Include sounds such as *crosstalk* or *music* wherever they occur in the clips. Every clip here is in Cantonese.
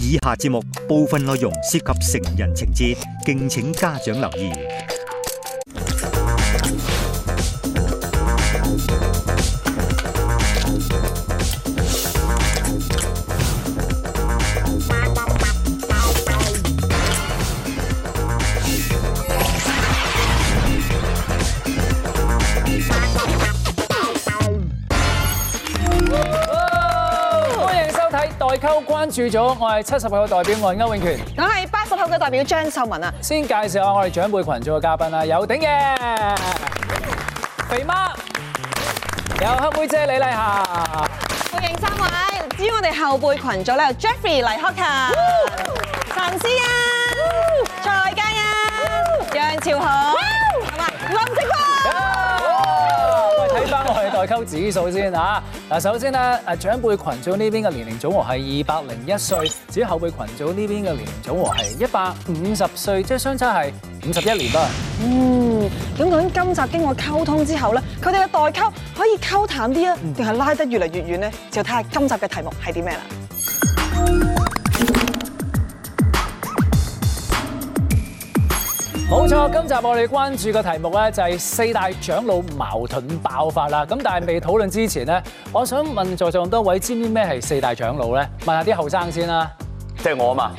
以下節目部分內容涉及成人情節，敬請家長留意。歡迎收睇代溝關注組，我係七十後代表我係歐永權，我係八十後嘅代表張秀文啊，先介紹下我哋長輩群組嘅嘉賓啦，有鼎嘅肥媽，有黑妹姐李麗霞，歡迎三位。至於我哋後輩群組咧，有 Jeffrey 黎克勤、陳思欣、蔡嘉欣、楊朝豪，同埋林正喂坤。睇翻我哋代溝指數先嚇。嗱，首先咧，誒長輩群組呢邊嘅年齡總和係二百零一歲，至於後輩群組呢邊嘅年齡總和係一百五十歲，即係相差係五十一年啦。嗯，咁究竟今集經過溝通之後咧，佢哋嘅代溝可以溝淡啲啊，定係拉得越嚟越遠咧？就睇下今集嘅題目係啲咩啦。冇錯，今集我哋關注嘅題目咧就係四大長老矛盾爆發啦。咁但係未討論之前咧，我想問在座咁多位知唔知咩係四大長老咧？問下啲後生先啦。即係我啊嘛，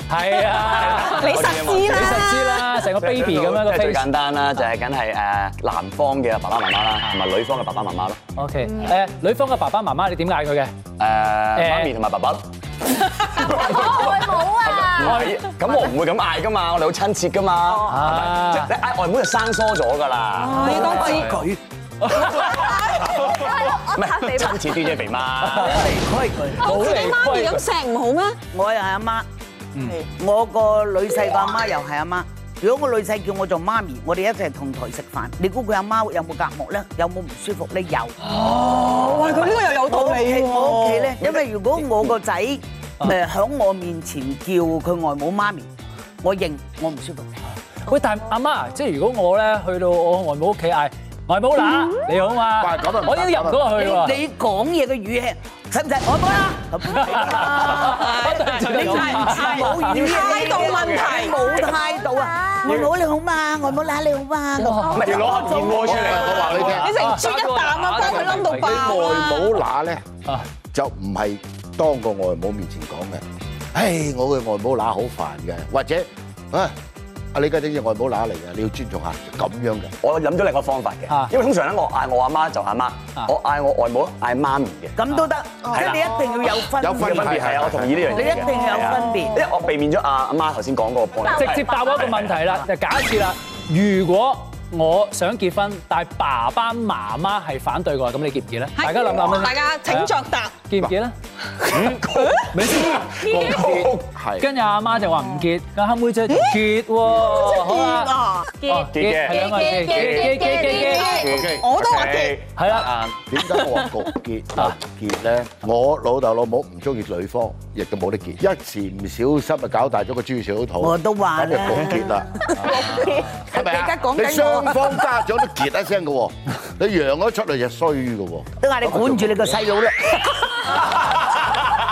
*laughs* 係啊，你實知你啦，實知啦，成個 baby 咁樣個即係最 face。簡單啦，就係梗係誒男方嘅爸爸媽媽啦，同埋女方嘅爸爸媽媽咯。 OK，誒女方嘅爸爸媽媽你點嗌佢嘅？誒媽咪同埋爸爸咯。外母啊！咁我唔會咁嗌噶嘛，我哋好親切噶嘛。即係哎你啊哦嗌外母就生疏咗噶哦啦。你當知佢。à. 唔哦係親切啲啫，肥媽。好自己媽咪咁嚟錫唔好咩？我又係阿媽，我個女婿個阿媽又係阿媽。如果個女婿叫我做媽咪，我哋一齊同台食飯。你估佢阿媽有冇隔膜咧？有冇唔舒服咧？有。哇，佢呢個又有道我屋理企喎。我屋企咧，因為如果我個仔誒喺我面前叫佢外母媽咪，我認我唔舒服。喂，但係阿媽，即係如果我咧去到我外母屋企嗌外母乸嗯你好嘛，我已經入唔到去喎。你你講嘢嘅語氣，使唔使外 *laughs* 母啦？你你冇語氣態度問題冇態度啊！外母你好嘛，外母乸你好嘛咁。唔係要攞盒燕窩出嚟，我話你你聽。成啜一啖啊，幫佢冧到爆外啊！母乸咧啊就唔係當個外母面前講嘅，唉，我嘅外母乸好煩嘅，或者啊，阿李家鼎嘅外母乸嚟嘅，你要尊重下咁樣嘅。我諗咗另一個方法啊哦嘅，因為通常咧我嗌我阿媽就阿媽啊，我嗌我外母嗌媽咪嘅。啊咁都得，即係你一定要有分有分有別分別係啊，我同意呢樣嘢嘅。你一定有分別因為我避免咗阿阿媽頭先講嗰個 point。直接答我一個問題啦，就假設啦，如果我想結婚，但係爸爸媽媽係反對嘅話，咁你結唔結咧？係大家諗諗先大家請作答。結唔結咧？係 *laughs* 跟住阿媽就話唔結，咁黑妹姐就結喎，好啦，à. 啊！Ờ, 哦結嘅係兩個人結結結結結結，我都話結，係啦，點解我話局結啊結咧？我老豆老母唔中意女方，亦都冇得結，一時唔小心就搞大咗個豬小肚。我都話咁就啦局結啦，係咪你而家啊講緊我？你雙方家長都結一聲嘅喎，你揚咗出嚟就衰嘅喎，都話你管住你個細佬啦。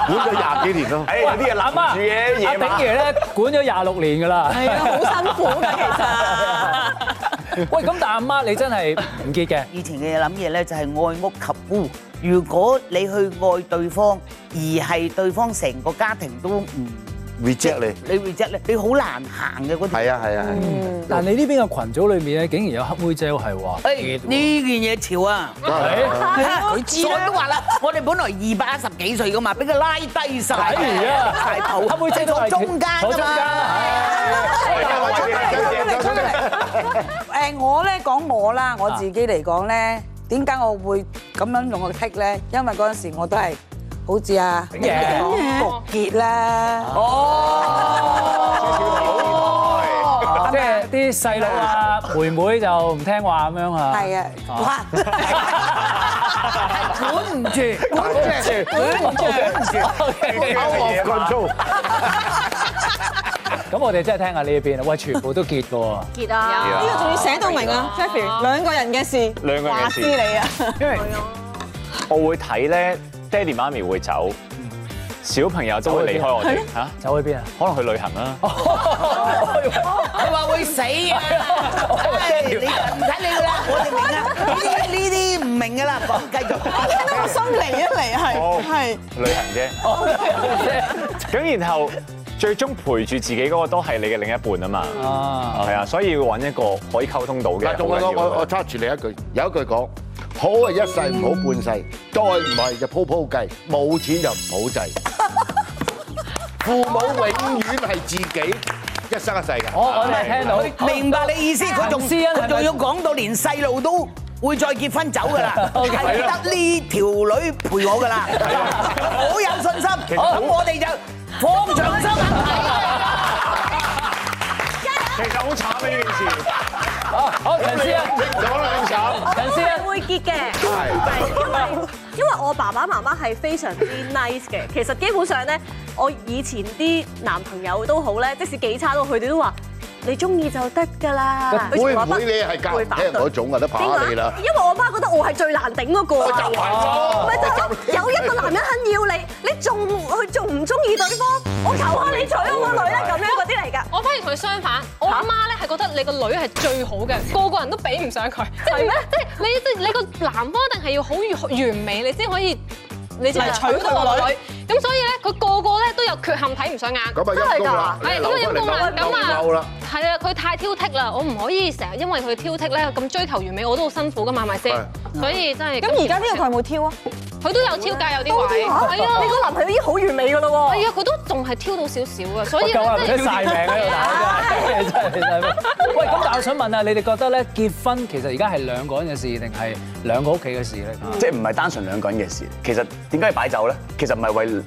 管咗廿幾年咯。誒有啲嘢阿攬媽，住嘅阿嘢嘛。鼎爺咧管咗廿六年㗎啦。係啊，好辛苦㗎其實。 *laughs* 喂，咁但係阿媽你真係唔結嘅，以前嘅諗嘢咧就係愛屋及烏。如果你去愛對方，而係對方成個家庭都唔 reject 你。你 reject 咧，你好難行嘅嗰條。係啊係啊係。但係你呢邊嘅群組裏面咧，竟然有黑妹姐係話誒呢件嘢潮啊！係 *laughs* 佢知我都話啦，我哋本來二百一十幾歲噶嘛，俾佢拉低晒。哎呀大頭黑妹姐都坐係中間坐㗎中間嘛。誒，我咧講我啦，我自己嚟講咧，點解我會咁樣用個剔咧？因為嗰陣時我都係好好似啊鼎爺講局傑啦，哦即係啲細佬啊、妹妹就唔聽話咁樣啊。係啊，哇！管唔住，管唔住， *laughs* 管唔住。 OK，咁 *laughs* 我哋真係聽下呢一邊啊！喂，全部都結嘅喎， *laughs* 結啊！呢個仲要寫到明啊，Jeffrey，兩個人嘅事，兩個人嘅事話知你啊，因為我會睇咧，爹哋媽咪會走，小朋友都會離開我哋嚇，走去邊啊？哦可能去旅行啦。佢話會死啊！唉你唔使理佢啦，我哋明啊，呢啲呢啲唔明噶啦，講繼續。聽到個心嚟一嚟係係。旅行哦 *laughs* 啫。咁然後最終陪住自己嗰個都係你嘅另一半啊嘛。啊，係啊，所以要揾一個可以溝通到嘅。嗱，仲好啊有我緊要我我插住你一句，有一句講好啊，一世唔好半世，再唔係就鋪鋪計，冇錢就唔好 *laughs* 制。父母永遠係自己一生一世㗎。我我真係聽到。明白你意思，佢仲陳思欣係咪佢仲要講到連細路都會再結婚走㗎啦， OK 係得呢條女陪我㗎啦，好有信心。咁我哋就放長心其實好慘呢件事。好，好，陳思啊，講啦，咁慘。陳思啊，會結嘅，係因為因為我爸爸媽媽係非常之 nice 嘅。其實基本上咧，我以前啲男朋友都好咧，即使幾差都好，佢哋都話你中意就得㗎啦。佢會從唔來不會你係教會唔反聽對嗰種啊？都邊個怕啊你啦。因為我媽覺得我係最難頂嗰個啊，唔係就有有一個男人肯要你，你仲佢仲唔中意對方，我求下你娶我個女啦咁樣嗰啲嚟㗎。我反而同佢相反，我阿媽咧係覺得你個女係最好嘅，個個人都比唔上佢，即係係咩即係你即係你個男方一定係要好完美，你先可以你先嚟娶到佢我個個女女。咁所以咧，佢個個咧都有缺陷，睇唔上眼。咁啊陰公啦，係咁啊陰公啦，咁嬲啦啊，，係啊，佢太挑剔啦，我唔可以成日因為佢挑剔咧咁追求完美，我都好辛苦噶嘛，係咪先？所以真係咁而家呢個佢有冇挑啊？佢都有挑界有啲位，係你啊，個男朋友已經好完美㗎咯係啊，佢都仲係挑到少少 *laughs* 啊，所我以夠啊，唔呢使晒 *laughs* 命喺度打真係，真係真係。喂，咁但係我想問啊，你哋覺得咧結婚其實而家係兩個人嘅事定係兩個屋企嘅事咧？即係唔係單純兩個人嘅事。其實點解要擺酒咧？其實唔係為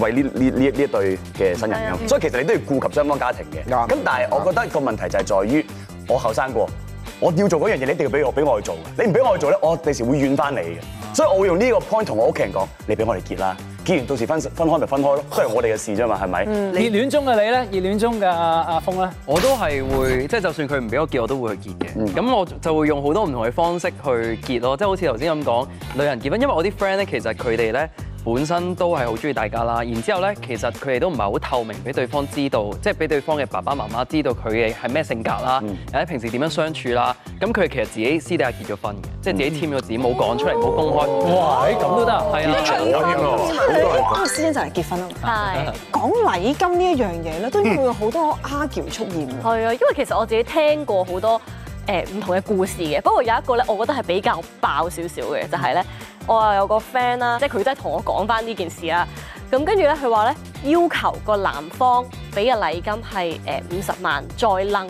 為呢呢呢呢一對嘅新人係啊咁，所以其實你都要顧及雙方家庭嘅。啱咁但係我覺得個問題就係在於我後生過，我要做嗰樣嘢，你一定要俾我俾我去做嘅。你唔俾我去做咧，我第時會怨翻你嘅。所以我會用呢個 point 同我屋企人講：你俾我哋結啦，結完到時分分開咪分開咯，都係我哋嘅事啫嘛，係咪？嗯熱戀中嘅你咧，熱戀中嘅阿阿峰咧，我都係會，即係就算佢唔俾我結，我都會去結嘅。咁、我就會用好多唔同嘅方式去結咯，即係好似頭先咁講，旅行結婚，因為我啲 friend 咧，其實佢哋咧本身都係好中意大家啦，然之後咧，其實佢哋都唔係好透明俾對方知道，即係俾對方嘅爸爸媽媽知道佢嘅係咩性格啦，或者平時點樣相處啦。咁佢哋其實自己私底下結咗婚嘅，即係自己簽咗字，冇講出嚟，冇公開。哇，咁都得啊，係啊，啱先就嚟結婚啊嘛，喎。係。講禮金呢一樣嘢咧，都會有好多 argue 出現喎。係啊，因為其實我自己聽過好多誒唔同嘅故事嘅，不過有一個咧，我覺得係比較爆少少嘅，就係咧，我又有個 friend 啦，即係佢都係同我講翻呢件事啦。咁跟住咧，佢話咧要求個男方俾嘅禮金係誒五十萬，再楞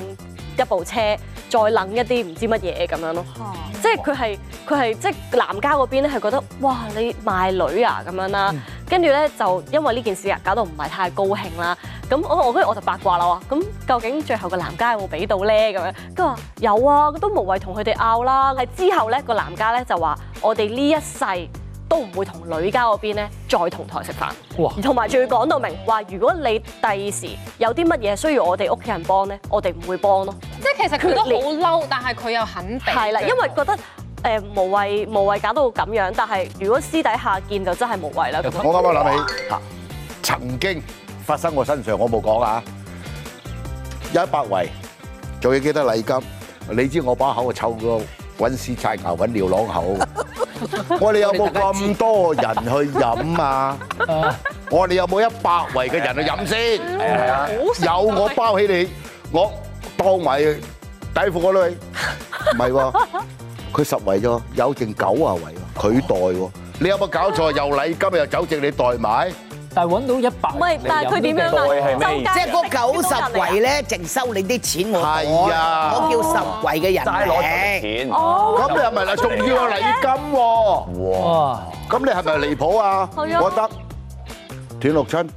一部車，再楞一啲唔知乜嘢咁樣咯。即係佢係佢係即係男家嗰邊咧係覺得哇你賣女啊咁樣啦，跟住咧就因為呢件事啊搞到唔係太高興啦。咁我我跟住我就八卦啦喎，咁究竟最後個男家有冇俾到咧？咁樣跟住話有啊，都無謂同佢哋拗啦。係之後咧個男家咧就話我哋呢一世都唔會同女家嗰邊咧再同台食哇飯，同埋仲要講到明話，如果你第時有啲乜嘢需要我哋屋企人幫咧，我哋唔會幫咯。即係其實佢都好嬲，但係佢又肯定。係啦，因為覺得誒無謂無謂搞到咁樣，但係如果私底下見就真係無謂啦。咁樣我啱啱諗起嚇，曾經發生我身上，我冇講啊，有一百圍，仲要記得禮金。你知我把口啊臭過揾屎刷牙揾尿朗口。我哋有冇咁多人去飲啊？我哋有冇一百圍嘅人去飲先？有我包起你，我當埋底褲嗰類，唔係喎，佢十圍啫，有剩九啊圍喎，佢代喎。你有冇搞錯？又禮金又酒席你代埋？但係揾到一百，唔係，哎但係佢點樣啊？咩意思周即係街嗰九十圍咧。咧，淨收你啲錢我袋係啊我叫十圍嘅人齋攞咗嚟。錢，哦，咁你啊啊係咪嗱？仲要有禮金喎？哇！咁你係咪離譜啊？係啊我覺得斷六親，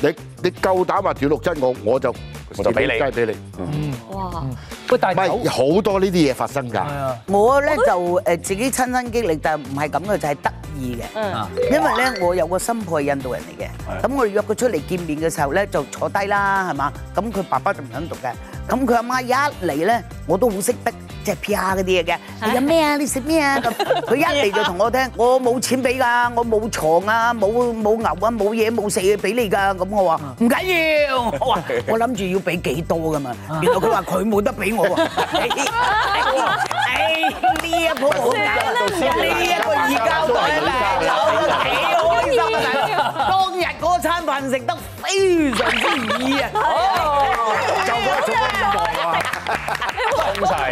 你你夠膽話斷六親我我就我就俾你真係俾你。哇！喂，但係唔係好多呢啲嘢發生㗎。我咧就誒自己親身經歷，但係唔係咁嘅，就係得意嗯嘅。因為咧，我有個新抱係印度人嚟嘅，咁我約佢出嚟見面嘅時候咧，就坐低啦，係嘛？咁佢爸爸就唔響度嘅，咁佢阿媽一嚟咧，我都好識得即係 P.R. 嗰啲嘢嘅。你飲咩啊？你食咩啊？咁佢一嚟就同我聽，我冇錢俾㗎，我冇床啊，冇冇牛啊，冇嘢冇食嘢俾你㗎。咁我話唔緊要，我話我諗住要俾幾多㗎嘛。原來佢話佢冇得俾我喎。哎，呢一鋪好難，呢一個易交代啦，有幾開心啊！當日嗰餐飯食得非常之易啊！就嗰種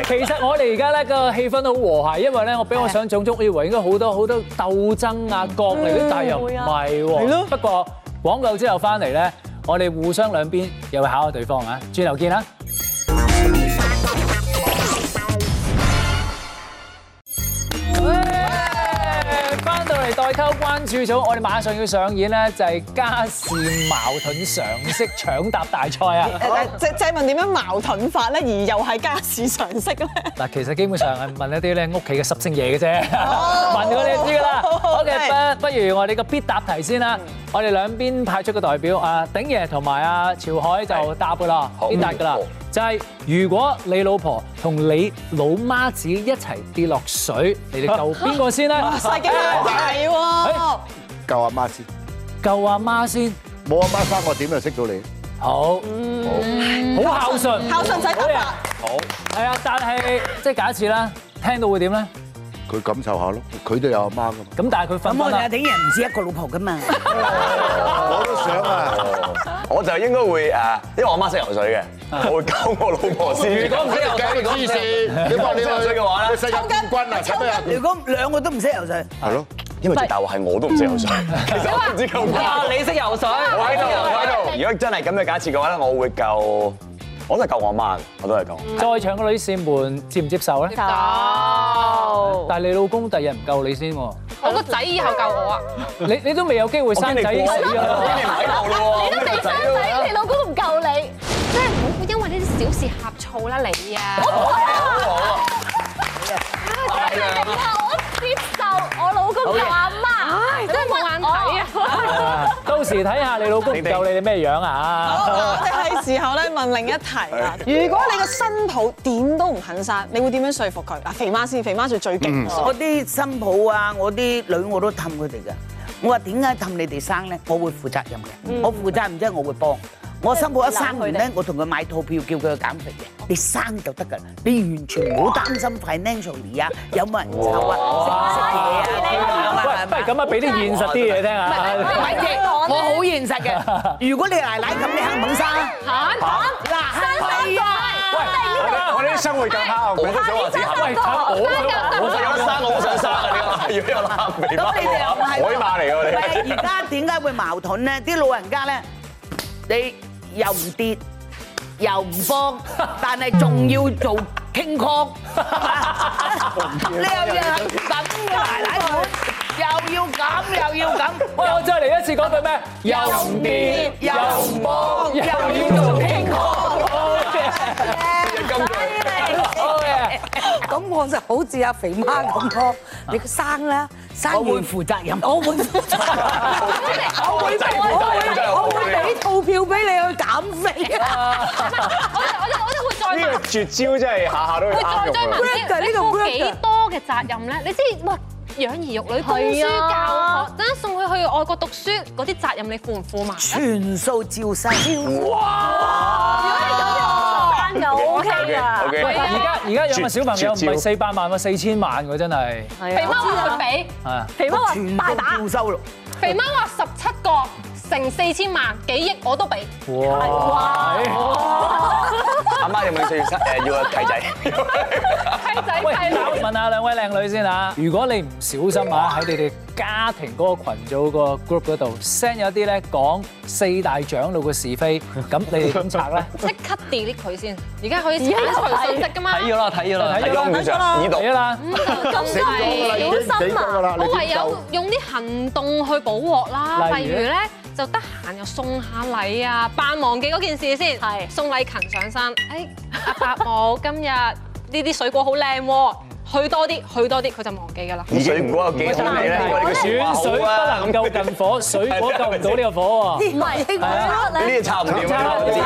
其實我哋而家咧個氣氛好和諧，因為咧我俾我想象中以為應該好多好多鬥爭啊角力嗰啲，但係嗯又唔係喎。不過廣告之後翻嚟咧，我哋互相兩邊又會考下對方啊。轉頭見啦。翻到嚟代溝關注組，我哋馬上要上演咧就係家事矛盾常識搶答大賽啊！誒誒，借問點樣矛盾法咧，而又係家事常識咧？嗱，其實基本上係問一啲咧屋企嘅濕星嘢嘅啫， *laughs* 問我哋就知噶啦。OK，不不如我哋個必答題先啦。我哋兩邊派出嘅代表啊，鼎爺同埋啊潮海就答噶啦，必答噶啦。就係如果你老婆同你老媽子一齊跌落水，你哋救邊個先咧？世紀大題喎！救阿媽先，救阿媽先。冇阿媽生我點就識到你？好，好孝順，孝順仔得啦。好，係啊，但係即係假設啦，聽到會點咧？佢感受下咯，佢都有阿媽㗎嘛。咁但係佢咁我哋鼎人唔止一個老婆㗎嘛，我都想啊！哦我就應該會誒，因為我媽識游水嘅，啊我會救我老婆先。如果唔識游水梗係如果唔識游水你話你去游水嘅話咧，世界冠軍啊！抽筋！如果兩個都唔識游水，係咯，因為最大鑊係我都唔識游水，其實我唔知 à? 救唔救。哇你識游水我喺度，我喺度。如果真係咁嘅假設嘅話咧，我會救，我都係救我媽，我都係救我媽。在場嘅女士們接唔接受咧？受但係你老公第日唔救你先喎，我個仔以後救我啊！你你都未有機會生仔已經死㗎啦。 *laughs* 你都未生仔，你老公唔救你，真係唔好因為呢啲小事呷醋啦你啊！ *laughs* 以後我接受我老公救阿媽，真係冇眼睇啊！到時睇下你老公唔救你，你咩樣啊？我哋係時候咧問另一題啦。如果你個新抱點都唔肯生，你會點樣說服佢？嗱，肥媽先，肥媽就最勁喎。我啲新抱啊，我啲女我都氹佢哋㗎。我話點解氹你哋生咧？我會負責任嘅，嗯我負責任即係我會幫。我新抱一生完即係咧，我同佢買套票叫佢減肥嘅，你生就得㗎啦，你完全唔好擔心 financially 啊，有冇人湊啊，食唔食嘢啊，點樣啊，喂，不如咁啊，俾啲現實啲嘢聽唔啊！係唔係我好現實嘅。如果你奶奶咁，你肯唔肯生啊？肯肯。嗱，係啊。我哋啲生活更黑，我都想話自己黑。我想有生，我好想生啊！你話如果有男肥媽咁你哋又唔係海馬嚟喂㗎你而。家點解會矛盾咧？啲老人家咧，你又唔跌又唔幫，但係仲要做傾 *laughs* call，你又要咁嘅奶奶款，又要咁又要咁。喂，我再嚟一次講句咩？又唔掂，又唔幫，又 *laughs* 要做傾咁我就好似阿肥媽咁咯，你生啦，生完我會負責任我會負責任，我會俾我會我會俾套票俾你去減肥啊！我就我就會呢再個絕招真係下下都會啊要啱再用追㗎問啲你負幾多嘅責任咧？你知哇，養兒育女、供書係教啊學，等陣送佢去外國讀書嗰啲責任，你負唔負埋咧？全數照生。哇！就 OK 啊 OK，OK，OK 喂，而家而家養個小朋友唔係四百萬喎，四千萬喎，真係。肥媽話佢俾，啊！肥媽話大打照收咯。肥媽話十七個成四千萬幾億我都俾。哇！阿媽有冇需要生誒要個契仔？契仔喂，但我問下兩位靚女先啊，如果你唔小心啊喺你哋家庭嗰個群組個 group 嗰度 send 咗啲咧講四大長老嘅是 *laughs* 非，咁你哋點拆咧？即刻 delete 佢先。而家可以鏟除信息噶嘛？睇咗啦，睇咗啦，睇咗啦睇咗啦，已讀睇咗啦。咁死咗啦已經大小死心咗啦啊！你我唯點有做用啲行動去補鑊啦，例例如如咧就得閒又送下禮啊，扮忘記嗰件事先，送禮勤上身。誒，阿伯母今日呢啲水果好靚喎，去多啲，去多啲，佢就忘記㗎啦。而水果有幾好味咧？因為你個遠水不能夠近火，水果救唔到呢個哦火喎。唔係，係啊啊呢啲插唔掂啊呢啲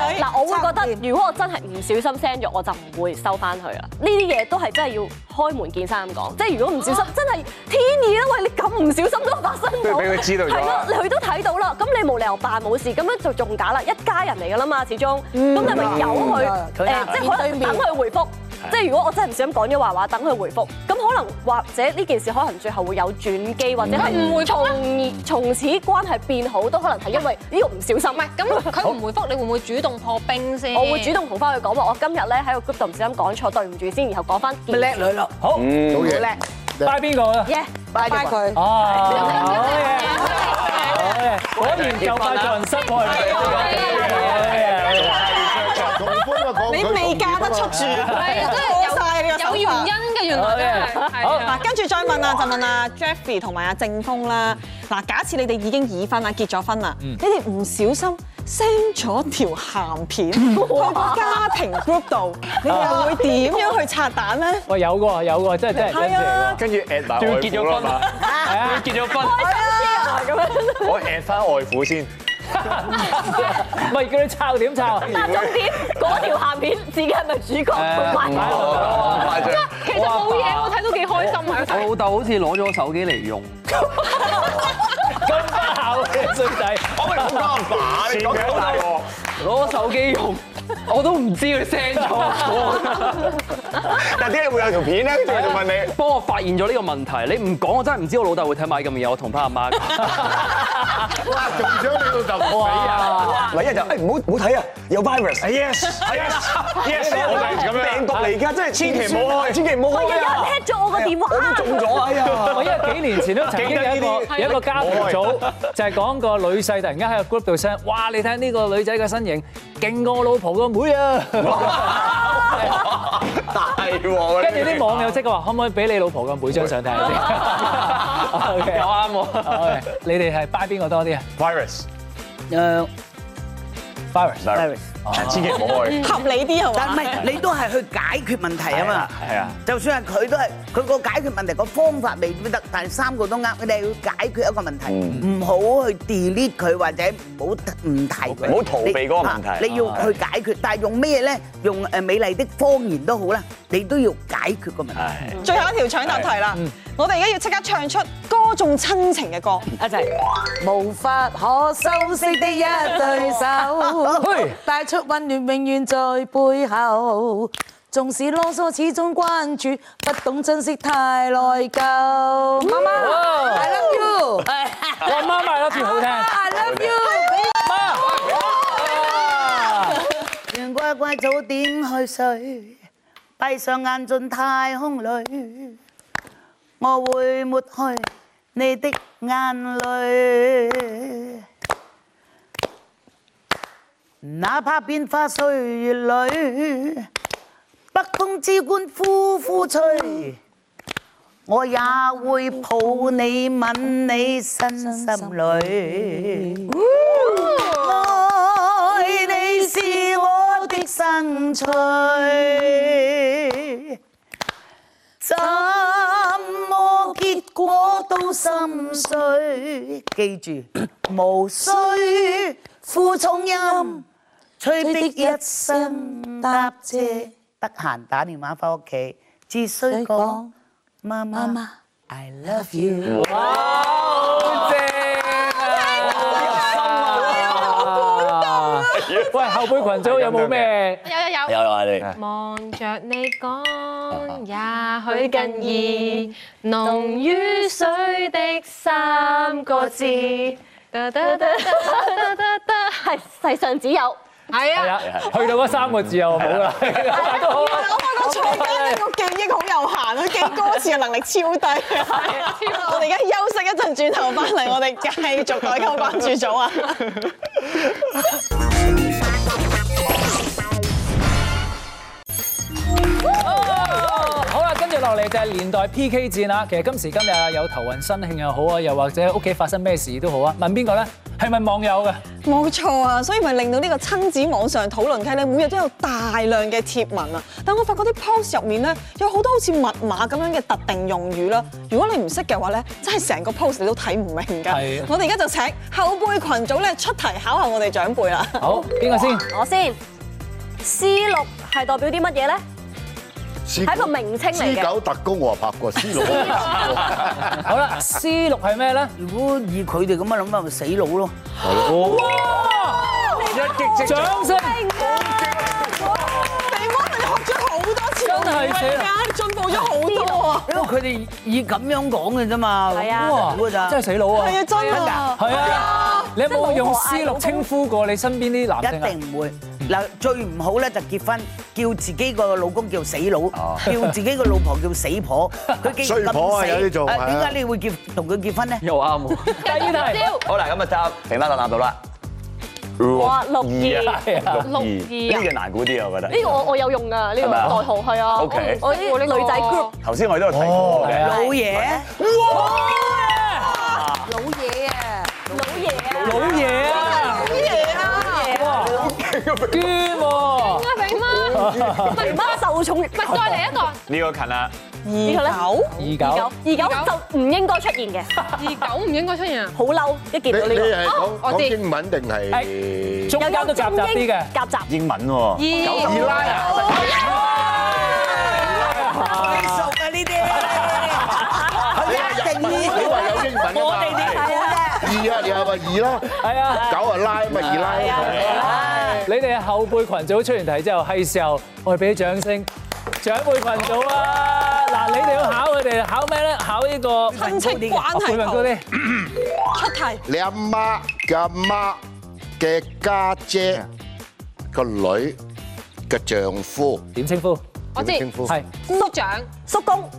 哎嗱，我會覺得如果我真係唔小心 send 咗，我就唔會收翻佢啦。呢啲嘢都係真係要開門見山咁講，即係如果唔小哦心，真係天意啦！喂，你咁唔小心都發生不到，如俾佢知道咗係啦咯，佢都睇到啦，咁你冇理由扮冇事，咁樣就仲假啦，一家人嚟㗎啦嘛，始終，咁嗯你咪由佢嗯佢誒啦，即係可能等佢回覆。即係如果我真係唔小心講咗壞話，等佢回覆，咁可能或者呢件事可能最後會有轉機，或者唔嗯回係從從此關係變好，都可能係因為呢個唔小心。唔係咁佢唔回覆，你會唔會主動破冰先？我會主動同翻佢講話，我今日咧喺個 group 度唔小心講錯，對唔住先，然後講翻。咪叻女咯，好，好嘢叻，拜邊個啊？耶，拜拜佢。Ờ, 哦，好嘢，果然夠快做人失害。同歡啊你未嫁得出 *laughs* 住，係啊真係有過晒你個手法有原因嘅原來真係係啊嗱，跟住再問啊，就問阿 Jeffrey 同埋阿正峰啦。嗱，假設你哋已經已婚啊啦，結咗婚啦，你哋唔小心 send 咗條鹹片去個家庭 group 度，你哋又會點樣去拆彈咧？喂，有個有個，真係真係真係啊跟住 at 埋仲要外結咗父婚啦嘛，係啊，結咗婚，我 at 翻外父先，唔係叫你抄點抄？但重點嗰條鹹片自己係咪主角？同埋其實冇嘢，我睇到幾開心啊！我老豆好似攞咗我手機嚟 *laughs* 用，咁爆嘅衰仔，我咪好阿爸，你講得好大喎。攞我手機用，我都唔知佢 send 咗我。但點解會有條片咧？跟住仲問你，幫我發現咗呢個問題，你唔講我真係唔知我老豆會睇買咁嘅嘢，我同翻阿媽 *laughs* 唔係一就誒唔好唔好睇啊，有 virus。yes 哎 yes yes，我就係咁樣。病毒嚟㗎，真係千祈唔好開，千祈唔好我有開人啊！聽咗我個電話，我都中咗啊！哎呀，我因為幾年前都 *laughs* 曾經有記一得呢個啲有一個家庭組，就係講個女婿突然間喺個 *laughs* group 度 send，哇！你睇呢個女仔嘅身形，勁過我老婆個妹啊！大喎！跟住啲網友即刻話：可唔可以俾你老婆個每張相睇下 *laughs* 先？有啱喎。你哋係 buy 邊個多啲啊 virus 誒？Virus。 ，Larry，千祈唔好開。合理啲係但嘛唔？係你都係去解決問題啊嘛。係啊，就算係佢都係佢個解決問題個方法未必得，但係三個都啱。你係要解決一個問題，唔好去 delete 佢或者唔好唔提佢，唔好逃避嗰個問題啊你要去解決，但係用咩咧？用誒美麗的謊言都好啦，你都要解決個問題。係最後一條搶答題啦，我哋而家要即刻唱出歌頌親情嘅歌。一齊，無法可修飾的一對手，帶出温暖永遠在背後。縱使囉嗦，始終關注，不懂珍惜太內疚。媽媽，I love you。我媽咪粒片好聽。 I love you。讓乖乖早點去睡，閉上眼盡太空裏，我會抹去你的眼淚。哪怕變化歲月裏，北風之冠呼呼吹，我也會抱你吻你身心裏。愛你是我的生趣，怎麼結果都心碎。記住，無需負重任，催逼一生答謝。得閒打電話返屋企，只需講媽媽，I love you。 *laughs* 喂，後輩群組有冇咩？有有有。有啊，你望着你講，也許近義，濃於水的三個字。得得得得得得得 *laughs* 係世上只有係係啊啊，，去到嗰三個字又冇啦，但都好啦。我覺得蔡家呢個記憶好有限，佢啊記歌詞嘅能力超低。啊我哋而家休息一陣，轉頭翻嚟，我哋繼續代溝關注組啊！ *laughs* 好啦，跟住落嚟就係年代 PK 戰啦。其實今時今日啊有頭暈身慶又好啊，又或者屋企發生咩事都好啊，問邊個咧？係咪網友嘅？冇錯啊，所以咪令到呢個親子網上討論區咧，每日都有大量嘅貼文啊。但我發覺啲 post 入面咧，有好多好似密碼咁樣嘅特定用語啦。如果你唔識嘅話咧，真係成個 post 你都睇唔明係啊㗎。我哋而家就請後輩群組咧出題考下我哋長輩啦。好，邊個先？我先。C 六係代表啲乜嘢咧？係一個名稱嚟 C 嘅。九特工我話拍過，C六好啦，C 六係咩咧？如果以佢哋咁嘅諗法，咪死佬咯。一擊掌聲！你媽咪學咗好多次，真係死 à? 啦啊，進步咗好多啊！因為佢哋以咁樣講嘅啫嘛。係啊咁估㗎咋真係死佬啊！係啊，真啊！係啊！你有冇用真係好可愛 C 六稱呼過你身邊啲男性啊？一定唔會。嗱，最唔好咧就結婚，叫自己個老公叫死佬，叫自己個老婆叫死婆。佢既然衰婆啊咁死有啲做係啊啊點解你會結同佢結婚咧？又啱喎。第二題好啦，咁啊答肥媽就答到啦。哇，六二。係啊，六呢二個難估啲啊，我覺啊！呢得。個我我有用 à, 啊，呢個係咪啊代號係啊 OK，我啲女仔 group 頭先我哋都有睇過嘅。係啊老爺，老嘢啊！老嘢啊，老嘢啊！哇，娟喎，肥媽，肥媽受寵，唔咪再嚟一個呢個近啦，呢個咧二九。二九就唔應該出現嘅，二九唔應該出現啊！好嬲一見到呢個。你你係講我知。講英文定係？中間都夾雜啲嘅，夾雜英文喎，二二拉啊！你熟啊呢啲，佢一定要。你話有英文㗎嘛？我哋點睇啊？係啊！二啊，你係咪二啦？九啊，拉咪二拉。你哋後輩群組出完題之後，係時候我哋俾啲掌聲，長輩群組啊！嗱，你哋要考佢哋考咩咧？考呢個親戚關輩係份高圖啲，出題，你阿媽嘅阿媽嘅家姐個女嘅丈夫，點稱呼？我知點稱呼？係姑丈，叔公，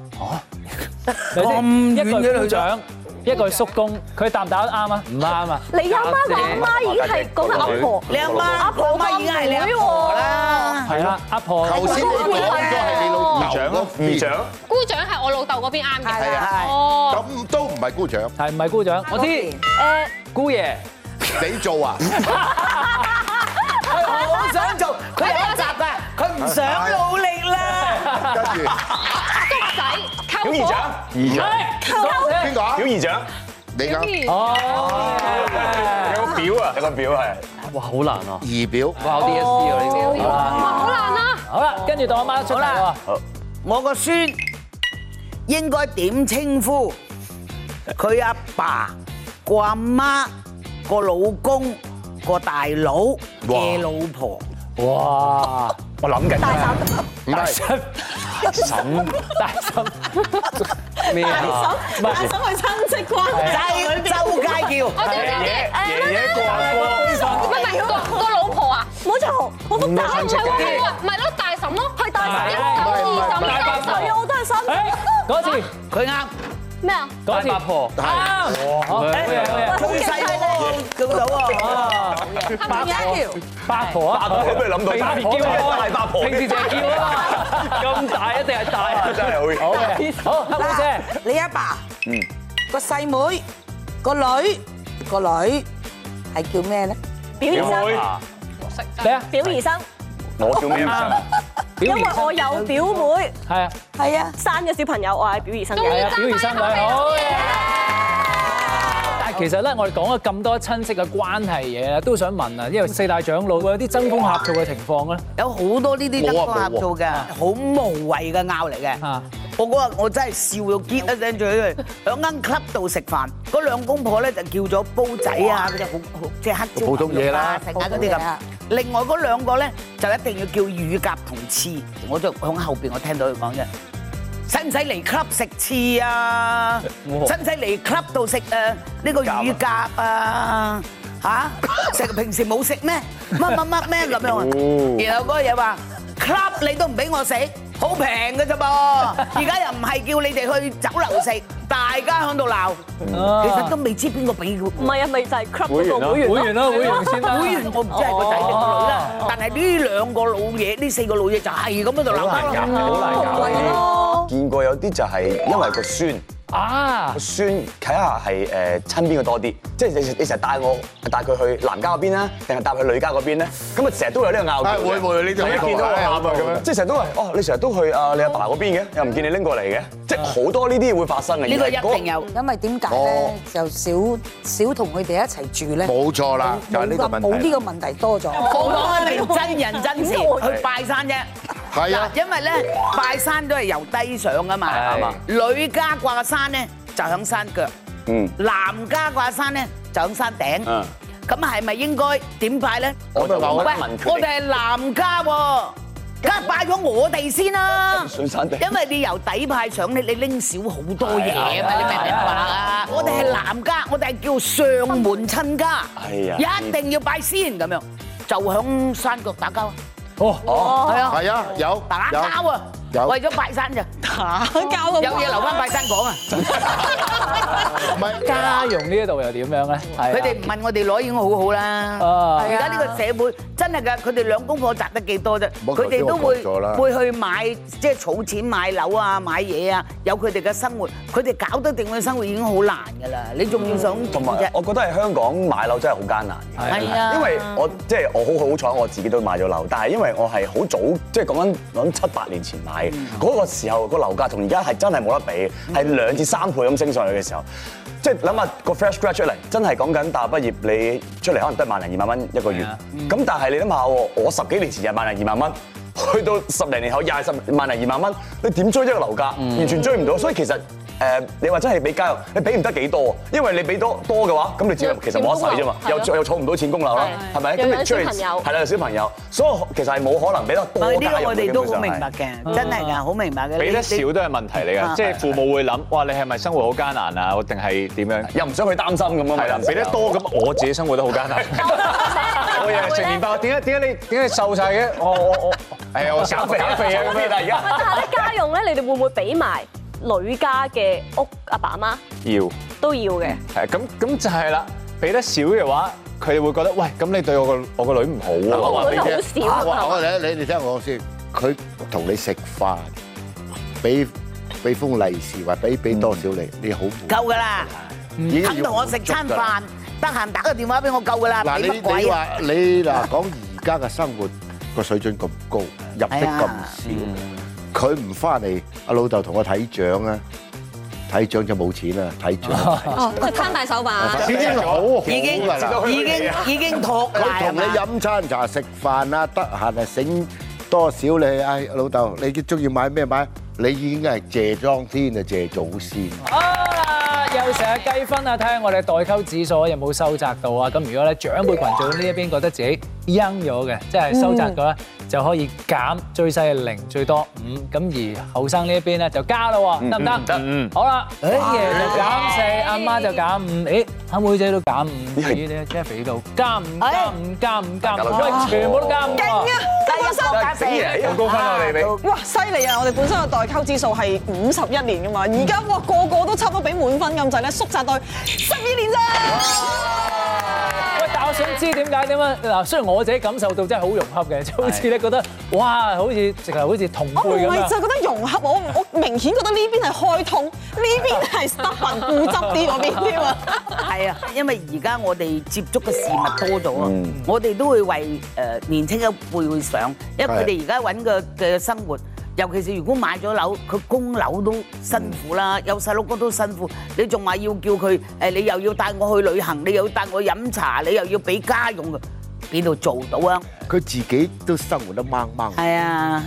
咁遠一嘅句女姑丈，一句叔公，佢答唔答得啱啊？唔啱啊！你阿 Dạ, 媽個阿媽已經係講緊阿婆，你阿媽，阿婆阿媽已經係你阿婆啦。係啦，阿婆，頭先你講咗係你老二長咯，嗰邊，二長，姑丈係我老豆嗰邊啱嘅。係啊係哦，咁都唔係姑丈，你做啊？係唔係姑丈？我知誒姑爺， *laughs* 我想做，佢有一集啊，佢唔想努力啦。跟住，谷仔，小溝姨婆，丈，姨丈，邊個啊？小姨丈，你啱。哦，有個表啊，有個表係。哇好難啊！儀表。哇考 D S C 啊呢啲，哦啊好難啦！好啦，跟住到我媽出嚟啊啦，我個孫應該點稱呼佢阿爸、個阿媽、個老公、個大佬嘅老婆？哇！我諗緊。大嬸，大 *laughs* 嬸，大嬸，咩啊？唔大係嬸係親戚關就係。係周街叫我知我知，爺爺過阿唔係唔係個個老婆啊！冇錯，我幅唔大係喎，唔係喎，唔係咯，大嬸咯，係大一嬸嬸、二嬸、大三伯嬸係啊，我都係誒三嗰次佢啱，咩啊？嗰大次八婆，啱，好嘢好嘢，最細嗰個叫到喎。八婆，八婆啊，婆不如諗到平時叫大八婆啊平時就係叫 *laughs* 啊，咁大一定係啊大。真係好。好好，黑妹姐，你阿爸，個細妹，個女，個女係叫咩咧？表啊表妹姨生，你啊，表姨生，我叫咩名啊？因表為姨生我，有表妹係啊，係啊，生嘅小朋友，我係表姨生係嘅。啊，表姨生女，好嘢。但係 *laughs* 其實咧，我哋講咗咁多親戚嘅關係嘢咧，都想問啊，因為四大長老有啲爭風呷醋嘅情況咧，有好多呢啲得冇啊瓜合作㗎，好無謂嘅拗嚟嘅啊。我嗰日我真係笑到結一聲嘴，喺間 club 度食飯，嗰兩公婆咧就叫咗煲仔啊，嗰啲好好即係黑椒普通嘢啦牛肉啊成啊嗰啲咁。另外嗰兩個咧就一定要叫乳鴿同翅，我就響後邊我聽到佢講嘅。使唔使嚟 club 食翅啊？使唔使嚟 club 度食誒呢個乳鴿啊？嚇，成日平時冇食咩？乜乜乜咩咁樣啊？然後嗰個嘢話 club 你都唔俾我食，好平嘅啫噃。而家又唔係叫你哋去酒樓食，大家喺度鬧，其實都未知邊個俾嘅。唔係啊，咪就係 club 嗰個會會員員咯咯，會員先得會員我唔知係個仔定個女啦哦但係呢兩個老嘢，呢四個老嘢就係咁喺度好鬧難啊交，搞好難搞係咯。見過有啲就係因為個孫啊，個孫睇下係誒親邊個多啲，即係你你成日帶我帶佢去男家嗰邊啦，定係帶佢去女家嗰邊咧？咁啊成日都有呢個拗撬啊嘅。會會呢度係啊呢度見到我係啊喊啊會咁會樣，即係成日都話哦，你成日都去啊你阿爸嗰邊嘅，又唔見你拎過嚟嘅，即係好多呢啲會發生嘅。呢個而係嗰一定有，因為點解咧就少少同佢哋一齊住咧？冇錯啦就係呢個問題冇呢個問題多咗。我講緊啊你真人真 *laughs* 事去拜山啫。係啊，因為咧拜山都係由低上噶嘛，係嘛？女家掛山咧就響山腳，嗯男家掛山咧就響山頂嗯。咁係咪應該點拜咧？我就話我喂問佢哋我哋係男家喎。梗係拜咗我哋 *laughs* 先啦，上山頂因為你由底派上你，你拎少好多嘢啊嘛，係啊你明唔明白啊？我哋係男家，我哋係叫上門親家，係啊一定要拜先咁樣，就響山腳打交啊！哦哦係啊，係啊有打交啊！有為咗拜山咋 *laughs* 打交咁有嘢留翻拜山講啊！家用呢一度又點樣咧？係啊佢哋唔問我哋攞已經好好啦啊。而家呢個社會真係㗎，佢哋兩公婆賺得幾多啫？冇佢哋都頭會先我講咗啦會去買，即係儲錢買樓啊、買嘢啊，有佢哋嘅生活。佢哋搞得定嘅生活已經好難㗎啦，你仲要想同嗯埋，我覺得係香港買樓真係好艱難嘅。係啊因為我即係我好好彩，我自己都買咗樓，但係因為我係好早，即係講緊諗七八年前買嘅，嗰個時候個樓價同而家係真係冇得比，係兩至三倍咁升上去嘅時候。即係諗下個 fresh grad 出嚟，真係講緊大學畢業，你出嚟可能得萬零二萬蚊一個月。咁但係你諗下喎，我十幾年前就係萬零二萬蚊， *laughs* 去到十零年後又係十萬零二萬蚊，你點追呢個樓價？完全追唔到，所以其實。誒，你話真係俾家用，你俾唔得幾多？因為你俾多多嘅話，咁你只係其實冇得使啫嘛，係又咯又儲唔到錢供樓啦，係係咪？又咁有你出小朋友嚟係啦，有小朋友，所以其實係冇可能俾得唔多係呢家個用我嘅哋都好基本明上白係嘅，真係㗎，好明白嘅。嗯俾得你少都係問題嚟啊㗎，即係父母會諗，哇！你係咪生活好艱難啊？我定係點樣？又唔想佢擔心咁啊嘛係啦有，時俾得多咁，我自己生活都好艱難。我日日食麵包，點解點解你點解你瘦晒嘅？我我我，哎呀，我減肥減肥啊咁樣。喂但係咧家用咧，你哋會唔會俾埋女家嘅屋阿爸阿媽要。都要嘅？係咁咁就係啦，俾得少嘅話，佢哋會覺得喂，咁你對我個我個女唔好啊喎。嗱我話俾你聽我話我話你你你聽我講先，佢同你食飯，俾俾封利是或俾俾多少你，你好夠㗎啦，已經要肯同我食餐飯，得閒打個電話俾我夠㗎啦，嗱，俾你乜鬼你啊話？你嗱講而家嘅生活個水準咁高，入息咁少，佢唔翻嚟，阿老豆同我睇獎啊，睇獎就冇錢啦，睇啊 *laughs* 獎。哦，佢攤大手板。已經好好已經㗎啦，已經已經托佢賴係同你嘛？飲餐茶食飯啊，得閒啊醒多少你唉老豆，你中意買咩買？你已經係謝莊天啊，謝祖先。啊！又成日計分啊，睇下我哋代溝指數有冇收窄到啊！咁如果咧長輩群組呢一邊覺得自己陰咗嘅，即係收窄咗咧，就可以減最細係零，最多五。咁而後生呢一邊咧就加咯喎，得唔得？得。好啦，誒爺就減四，阿媽就減五，誒阿妹仔都減五，咦呢 Jeffrey 度加五加五加五加哦五，喂全部都加五勁喎啊！！第一收價四，好高分啊你你。哇，犀利啊！我哋本身嘅代溝指數係五十一年噶嘛，而家哇個個都差唔多俾滿分咁滯咧，縮窄到十二年喂，但我想知點解點啊？嗱，雖然我自己感受到真係好融洽嘅，就好似咧覺得哇，好似直頭好似同咋！我唔輩咁係就樣覺。得融合，我我明顯覺得呢邊係開通，呢邊係 stubborn 固執啲嗰邊添啊！係啊，因為而家我哋接觸嘅事物多咗啊，我哋都會為誒年青一輩會想，因為佢哋而家揾嘅嘅生活。尤其是如果買咗樓，佢供樓都辛苦啦，有細佬哥都辛苦，你仲話要叫佢誒，你又要帶我去旅行，你又要帶我飲茶，你又要俾家用嘅，邊度做到啊？佢自己都生活得掹掹，係啊，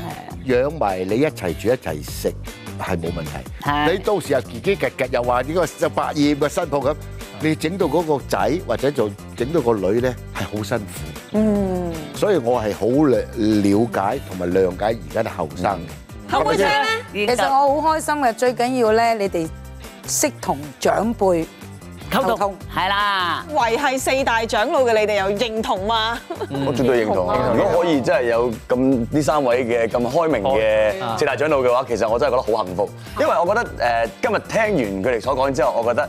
養埋你一齊住一齊食係冇問係題。你到時候自己夾夾又話呢個就百厭嘅新抱咁，你整到嗰個仔或者就整到個女咧係好辛苦。嗯，所以我係好了了解同埋諒解而家啲後生嘅。可唔啊可以聽咧？其實我好開心嘅，最緊要咧，你哋識同長輩溝通係啦。維係四大長老嘅，你哋又認同嘛？我絕對認同嗯啊！如果可以真係有咁呢三位嘅咁開明嘅四大長老嘅話，其實我真係覺得好幸福，啊因為我覺得誒今日聽完佢哋所講之後，我覺得。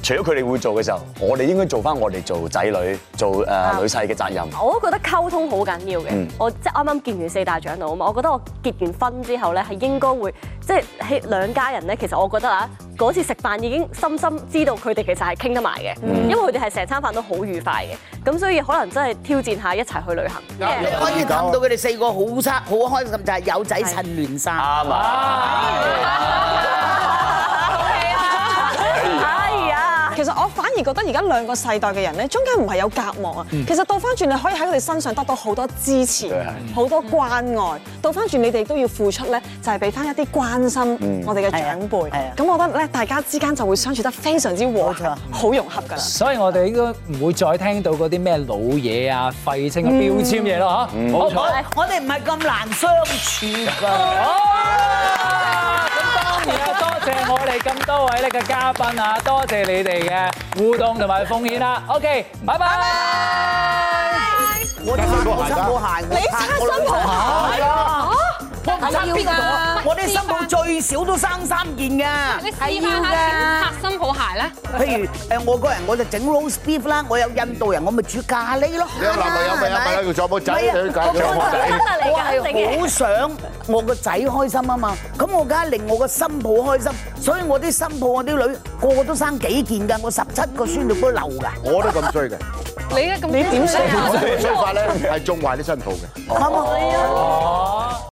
除咗佢哋會做嘅時候，我哋應該做翻我哋做仔女、做啊啊誒女婿嘅責任。我都覺得溝通好緊要嘅。嗯我即係啱啱見完四大長老啊嘛，我覺得我結完婚之後咧，係應該會即係喺兩家人咧，其實我覺得啊，嗰次食飯已經深深知道佢哋其實係傾得埋嘅，嗯因為佢哋係成餐飯都好愉快嘅。咁所以可能真係挑戰下一齊去旅行。你可以氹到佢哋四個好差好開心，就係有仔趁亂生。啱係啊，其實我反而覺得而家兩個世代嘅人咧，中間唔係有隔膜啊。嗯其實倒翻轉，你可以喺佢哋身上得到好多支持對係，好多關愛。倒翻轉，你哋都要付出咧，就係俾翻一啲關心嗯我哋嘅長輩。咁我覺得咧，大家之間就會相處得非常之和諧，好融洽㗎啦。所以我哋應該唔會再聽到嗰啲咩老嘢啊、廢嗯青嘅標籤嘢咯嚇。冇錯。我哋唔係咁難相處㗎。當然啊，多謝我哋咁多位咧嘅嘉賓啊，多謝你哋嘅互動同埋奉獻啦。OK，拜拜。我辛苦行㗎你擦新抱鞋啊啊？我唔擦邊㗎？我哋新抱最少都生三件㗎。你示範下點擦新抱鞋咧？譬如誒，我個人我就整 roast beef 啦，我有印度人，我咪煮咖喱咯。你有男朋友咪有咪啦，佢仲有冇仔？佢搞咗冇仔。我係好想我個仔開心啊嘛，咁我梗係令我個新抱開心，所以我啲新抱我啲女個個都生幾件㗎，我十七個孫女都漏㗎。我都咁衰嘅，你嘅咁 *laughs* 你點衰啊 *laughs* 我嘅衰法咧係縱壞啲新抱嘅。啱啊！